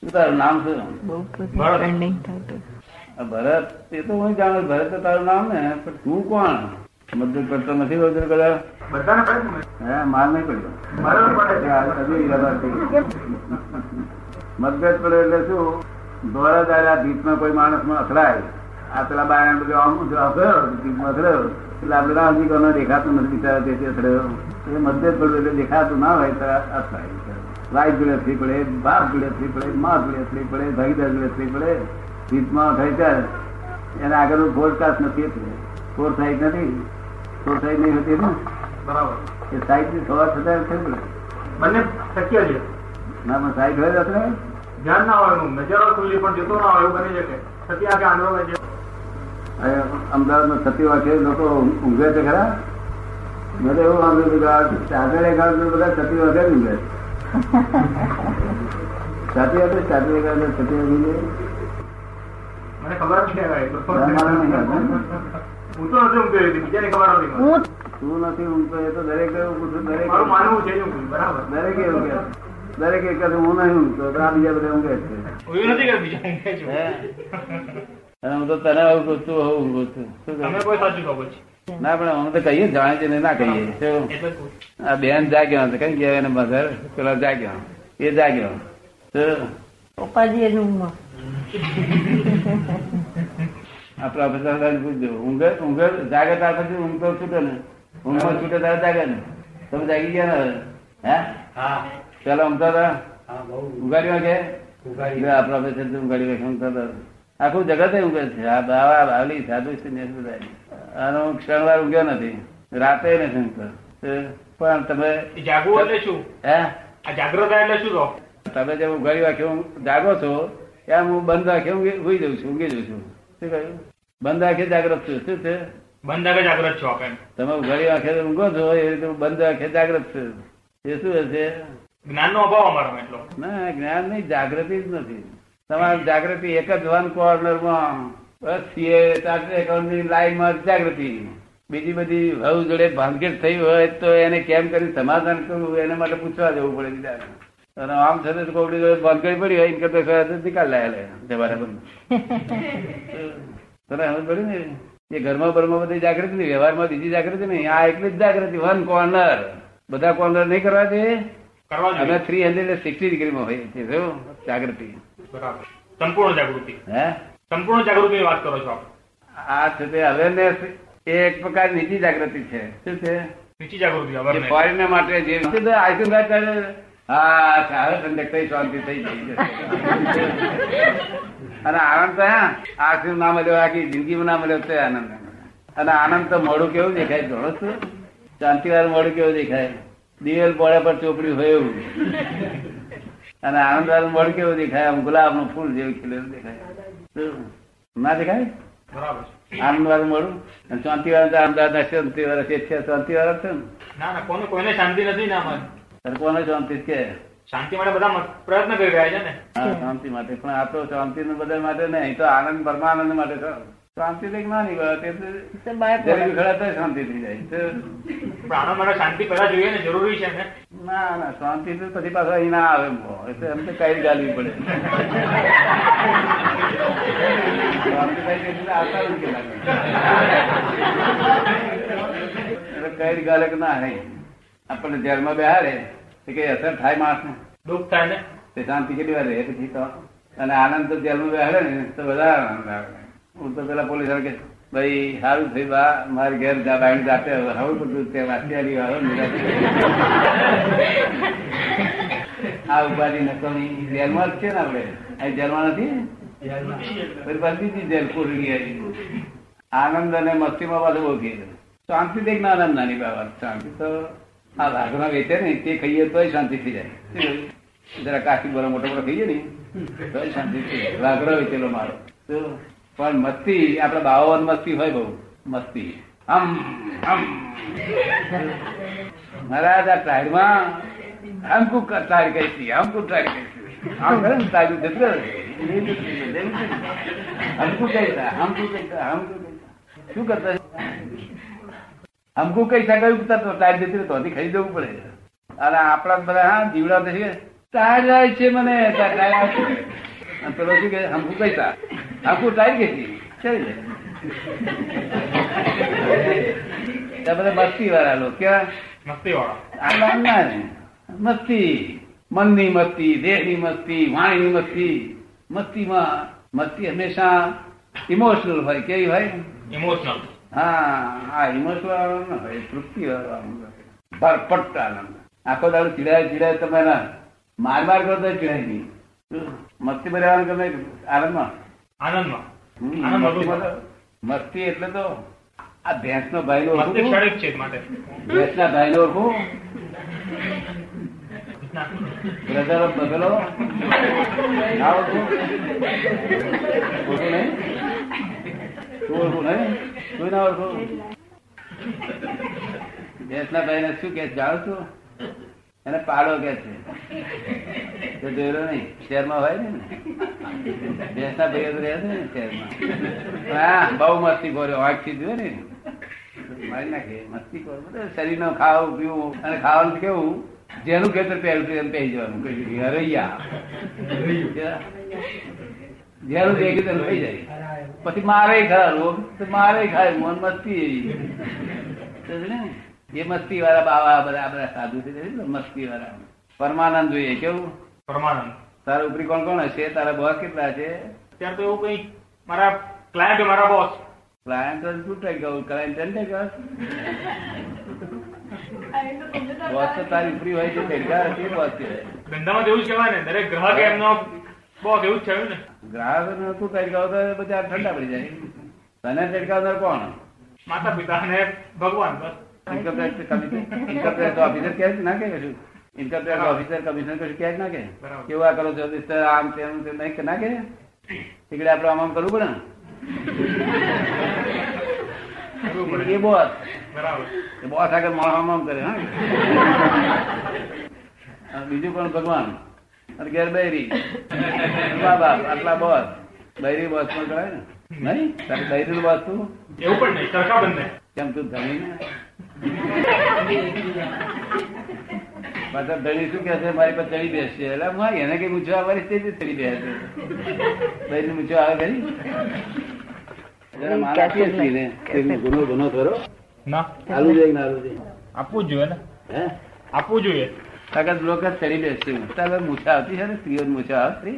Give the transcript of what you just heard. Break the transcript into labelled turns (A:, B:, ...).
A: શું તારું નામ શું
B: બહુ
C: બરાબર.
B: પ્રતિકરણ નહીં થતું
A: આ ભરત એ તો હું જાણું ભરત તો તારું નામ ને પણ તું કોણ મદદ કરતો નથી વગર કદાચ
C: બધાને પડે ને
A: હે માર નહીં પડ્યો
C: મારે પડે
A: મતભેદ પડે એટલે શું દોરા દાડા ભીતમાં કોઈ માણસ માં અથડાય આ પેલા બાયણ બધું આમ બધું અથડાયો, ભીતમાં અથડાયો. એટલે આપણે રામજી કોનો દેખાતું નથી બિચારા તેથી અથડાયો. એ મતભેદ પડે એટલે દેખાતું ના હોય તો અથડાય બિચારો. વાઈફ જોડે અથડી પડે બાપ જોડે અથડી પડે મા જોડે અથડી પડે ભાગીદાર જોડે અથડી પડે ભીતમાં અથડાય ત્યારે એને આગળનું broadcast નથી એટલે foresight નથી Foresight નહીં હોતી ને
C: બરાબર
A: એ સાઈડ થવા છતાં એવું થયું પડે.
C: બંને શક્ય છે
A: ના પણ સાઈડ હોય તો અથડાય?
C: ધ્યાન ના હોય એનું નજરો ખુલ્લી પણ જતો ના હોય એવું બની શકે છતી આગે આંધળો હોય છે
A: અમદાવાદ માં થતી વાગે લોકો ઊંઘે છે ખરા મને એવું સાંભળ્યું હતું કે આ ચાદર એકાદ બધા થતી વાગે જ ઊંઘે સાચી વાત છે? ચાદર એકાદ ને થતી વાગે ઊંઘે?
C: મને ખબર જ નહીં આવે એ તો.
A: તમારે નહીં આવે ને?
C: હું તો નથી ઊંઘ્યો એ દી, બીજાને ખબર આવતી મને.
B: હું
A: તું નથી ઊંઘતો એ તો દરેક એવું પૂછું દરેક
C: મારું માનવું છે એ ઊંઘ્યું, બરાબર
A: દરેક એવું કહે દરેક એક કહે છે, હું નહીં ઊંઘતો પણ આ બીજા બધા ઊંઘે જ છે
C: ઊંઘ્યું નથી કે બીજાને ઊંઘે છે.
A: અને હું તો તને આવું કહું છું આવું કહું છું શું કહે?
C: તમે કોઈ સાચું કહો છો.
A: ના પણ અમે તો કહીએ જાણે છે ને ના કહીએ શું?
C: એટલે જ કહું છું.
A: આ બેન જાગ્યો હતો કઈ ગયા એને મધર પેલા જાગ્યો એ જાગ્યો તો
B: પપ્પાજી એનું મ-
A: આ પ્રોફેસર સાહેબ પૂછજો ઊંઘે ઊંઘે જાગે ત્યાર પછી ઊંઘ તો છૂટે ને ઊંઘમાં છૂટે ત્યારે જાગે ને તમે જાગી ગયા ને હવે? હે
D: હા
A: પેલા ઊંઘતા હતા
D: હા બહુ
A: ઉઘાડી વાગે
D: ઉઘાડી.
A: એટલે આ પ્રોફેસર તો ઉઘાડી વાગે ઊંઘતા હતા આખું જગત એ ઊંઘે છે આ બાવા બાવલી સાધુ સંન્યાસી બધા આનો હું ક્ષણવાર ઊંઘ્યો નથી રાતે નથી ઊંઘતો તો પણ તમે
C: એ જાગવું એટલે શું
A: હે
C: આ જાગ્રતા એટલે શું તો
A: તમે જેમ ઉઘાડી રાખ્યો હું જાગો છો એમ હું બંધ રાખે ઉઈ જઉં છું ઊંઘી જઉં છું શું કહ્યું બંધ રાખે જાગ્રત છું શું છે
C: બંધ આગે જાગ્રત છો આપણે
A: તમે ઉઘાડી રાખે ઊંઘો છો એ રીતે હું બંધ રાખે જાગ્રત છું એ શું હશે
C: જ્ઞાનનો અભાવ અમારામાં એટલો
A: ના જ્ઞાન નહીં જાગૃતિ જ નથી તમારી જાગૃતિ એક જ વન કોર્નરમાં બસ CA ચાર્ટર્ડ એકાઉન્ટની લાઈનમાં જ જાગૃતિ બીજી બધી વહુ જોડે ભાંગેટ થઈ હોય તો એને કેમ કરી સમાધાન કરવું એના માટે પૂછવા જવું પડે બીજાને અને આમ થતું તો કોકડી જોડે ભાંગેટ પડી હોય એને કરતા સવારે તો નિકાલ લાયેલા જવાના બંધ તને સમજ પડી ને એ ઘરમાં બરમાં બધી જાગૃતિ નહીં વ્યવહારમાં બીજી જાગૃતિ નહીં આ એકલી જ જાગૃતિ વન કોર્નર બધા કોર્નર નહીં કરવા જોઈએ
C: કરવા
A: અમે
C: જોઈએ
A: થ્રી હંડ્રેડ સિક્સટી ડિગ્રીમાં હોઈએ છીએ જો જાગૃતિ
C: બરાબર સંપૂર્ણ જાગૃતિ
A: હે
C: સંપૂર્ણ જાગૃતિની વાત કરો છો આપ
A: આ છે તે અવેરનેસ એ એક પ્રકાર નીચી જાગૃતિ છે શું છે
C: નીચી જાગૃતિ awareness.
A: ફોરેનર માટે જે શું છે? આઈસ્ક્રીમ ખાય ત્યારે, હા ચાલો ઠંડક થઈ શાંતિ થઈ ગઈ અને આનંદ તો હા આઈસ્ક્રીમ ના મળ્યો આખી જિંદગીમાં ના મળ્યો તે આનંદ અને આનંદ તો મોડું કેવું દેખાય જોડો છો શાંતિવાર મોડું કેવું દેખાય દિવેલ પોળા પર ચોપડી હોય એવું અને આનંદ વાળું મળ કેવું દેખાય આમ ગુલાબ નું ફૂલ જેવું ખીલેલું દેખાય શું? ના દેખાય
C: બરાબર છે.
A: આનંદ વાળું મળું અને શાંતિ વાળા અમદાવાદ ના શાંતિ વાળા છે છે શાંતિ વાળા છે ને
C: ના ના કોને કોઈને શાંતિ નથી ને આમાં.
A: ત્યારે કોને શાંતિ કે
C: શાંતિ માટે બધા મ- પ્રયત્ન કરી રહ્યા છે ને
A: હા શાંતિ માટે પણ આ તો શાંતિ ને બધા માટે નહીં એ તો આનંદ પરમાનંદ માટે છે. શાંતિ તો એક નાની વાત એટલે
B: તો બાય
A: જરી
B: પડે.
A: ખરા તો શાંતિ થઈ જાય તો
C: પણ આના માટે શાંતિ પહેલા જોઈએ ને જરૂરી છે ને
A: ના ના શાંતિ તો પછી પાછા અહીં ના આવે બહુ. એટલે એમ તો કઈ ગાલવી પડે શાંતિ થાય છે એટલે આવતા જ નથી લાગે. એટલે કઈ ગાલે કે ના હે આપણને જેલમાં બેહાડે તો કઈ અસર થાય માણસને
C: દુઃખ થાય ને
A: તે શાંતિ કેટલી વાર રહે પછી તો અને આનંદ તો જેલમાં બેહાડે ને તો વધારે આનંદ આવે હું તો પેલા પોલીસ વાળા કે ભાઈ સારું થયું બા મારે ઘેર જા બાયણ જાતે હવે બધું તે વાત્યારી વાળો નિરાંતે." આ ઉપાધિ નકમી જેલમાં જ છે ને આપણે અહીં જેલમાં નથી પછી પાછી બીજી જેલ પૂરી આવી આનંદ અને મસ્તીમાં પાછું બહુ થઈ ગયું શાંતિ દેખ ના આનંદ નાની બાબત શાંતિ તો આ લાકડા વેચે ને તે ખાઈએ તોય શાંતિ થઈ જાય શું કહ્યું? જરા કાકી બોલા મોટો મોટો ખાઈએ ને તોય શાંતિ થઈ જાય લાકડો વેચેલો મારો તો પણ મસ્તી આપડે બાવન મસ્તી હોય બહુ મસ્તી આમ આમ મહારાજ આ ટાયરમાં અમકુ ટાયર કહી હતી અમકુ ટાયર કહી હતી આમ કરે ને તારું જતું રહે. એ જતું રહે. हमको कैसा हमको कैसा हमको कैसा શું કરતા હમકુ કઈ કયું તો ટાઈમ જતી તો હજી ખાઈ જવું પડે અને આપણા બધા હા જીવડા તો છે તાર જાય છે મને તાર ટાયર આવે છે. અને પેલો શું કે હમકું કઈ તાર હમકું ટાયર કે છે ચાલી જાય ત્યાં બધા મસ્તી વાળા લોકો કેવા
E: મસ્તી વાળા
A: આનંદ ના ને. મસ્તી મનની મસ્તી દેહની મસ્તી વાણીની મસ્તી મસ્તીમાં મસ્તી હંમેશા ઇમોશનલ હોય કેવી હોય
E: ઇમોશનલ
A: હા આ ઇમોશનલ આનંદ ન હોય તૃપ્તિ વાળો આનંદ હોય. ભરપટ આનંદ આખો દાડો ચીડાય ચીડાય તમે ના. માર માર કરો તો ચીડાય નહીં મસ્તી ભર્યા તમે આનંદમાં
E: આનંદમાં
A: હમ,
E: આનંદ વધુ
A: મસ્તીમાં તો- મસ્તી એટલે તો આ ભેંસનો ભાઈ
E: મસ્તી
A: ઓળખું
E: ક્ષણિક છે જ માટે
A: ભેંસના ભાઈ ઓળખું બ્રધર ઓફ બગલો ના ઓળખું ઓળખું નહીં તું ઓળખું નહીં તું ના ઓળખું દેશના ભાઈને શું કે જાણો છો એને પાડો કે છે તો જોયેલો નહીં શહેરમાં હોય ને દેશના ભાઈઓ તો રહે છે ને શહેરમાં હા બહુ મસ્તી કર્યો આંખથી જોયે ને મારી નાખે મસ્તી કરો બધું શરીરનો ખાવું પીવું અને ખાવાનું કેવું જેનું ખેતર પહેલું છે એમ પહેરી જવાનું કઈ જગ્યાએ હરૈયા જેનું જે ખેતર થઈ જાય પછી મારે ખરા રોગ તો મારે ખાય મન મસ્તી એવી સમજ્યું ને? એ મસ્તી વાળા બાવા બધા બધા સાધુ છે મસ્તી વાળા પરમાનંદ જોઈએ કેવું
E: પરમાનંદ
A: તારા ઉપરી કોણ કોણ હશે તારા બોસ કેટલા છે
E: અત્યારે તો એવું કઈ મારા ક્લાયન્ટ મારા બોસ
A: ક્લાયન્ટ છૂટાઈ ગયું ક્લાયન્ટ એમ ગયો બોસ તો તારી ઉપરી હોય છે ભેગા હશે બોસ છે
E: ધંધામાં તો એવું જ કહેવાય ને દરેક ગ્રાહક એમનો બોસ એવું જ થયું ને
A: ગ્રાહક ને તું ટડકાવ તો બધા ઠંડા પડી જાય તને ટડકાવનાર કોણ
E: માતા પિતા અને ભગવાન બસ
A: income tax commissioner income tax officer કહે છે ના કે કશું ઇન્કમ ટેક્સ ઓફિસર કમિશનર કશું કહે છે ના કે
E: બરાબર.
A: કેવું આ કરો છો મિસ્ટર આમ તેમ તેમ નહીં કે ના કે ઈકડે આપણે આમ આમ કરવું પડે
E: એવું
A: ને
E: પડે.
A: એ બોસ
E: બરાબર
A: એ બોસ આગળ માણસ આમ આમ કરે હા અને બીજું પણ ભગવાન અને ઘેર બૈરી આટલા બાપ આટલા બોસ બૈરી બોસ પણ કહેવાય ને નહીં તારે બૈરી બોસ તું
E: એવું પણ નહીં સરખા બંને
A: કેમ તું ધણી ને પાછા ધણી શું કે છે મારી પાસે ચડી બેસશે એટલે હું આ એને કઈ મૂછવા વાળી તે જ ચડી બેસે બહેન મૂછવા આવે ખરી જરા માન આપીએ છીએ ને તેનો ગુનો ગુનો કરો
E: ના
A: આલુ જોઈએ કે ના આલુ જોઈએ
E: આપવું જ જોઈએ ને
A: હે
E: આપવું જોઈએ
A: તાકાત લોકો ચડી બેસશે તારે મૂછા આવતી છે ને સ્ત્રીઓ મૂછા આવતી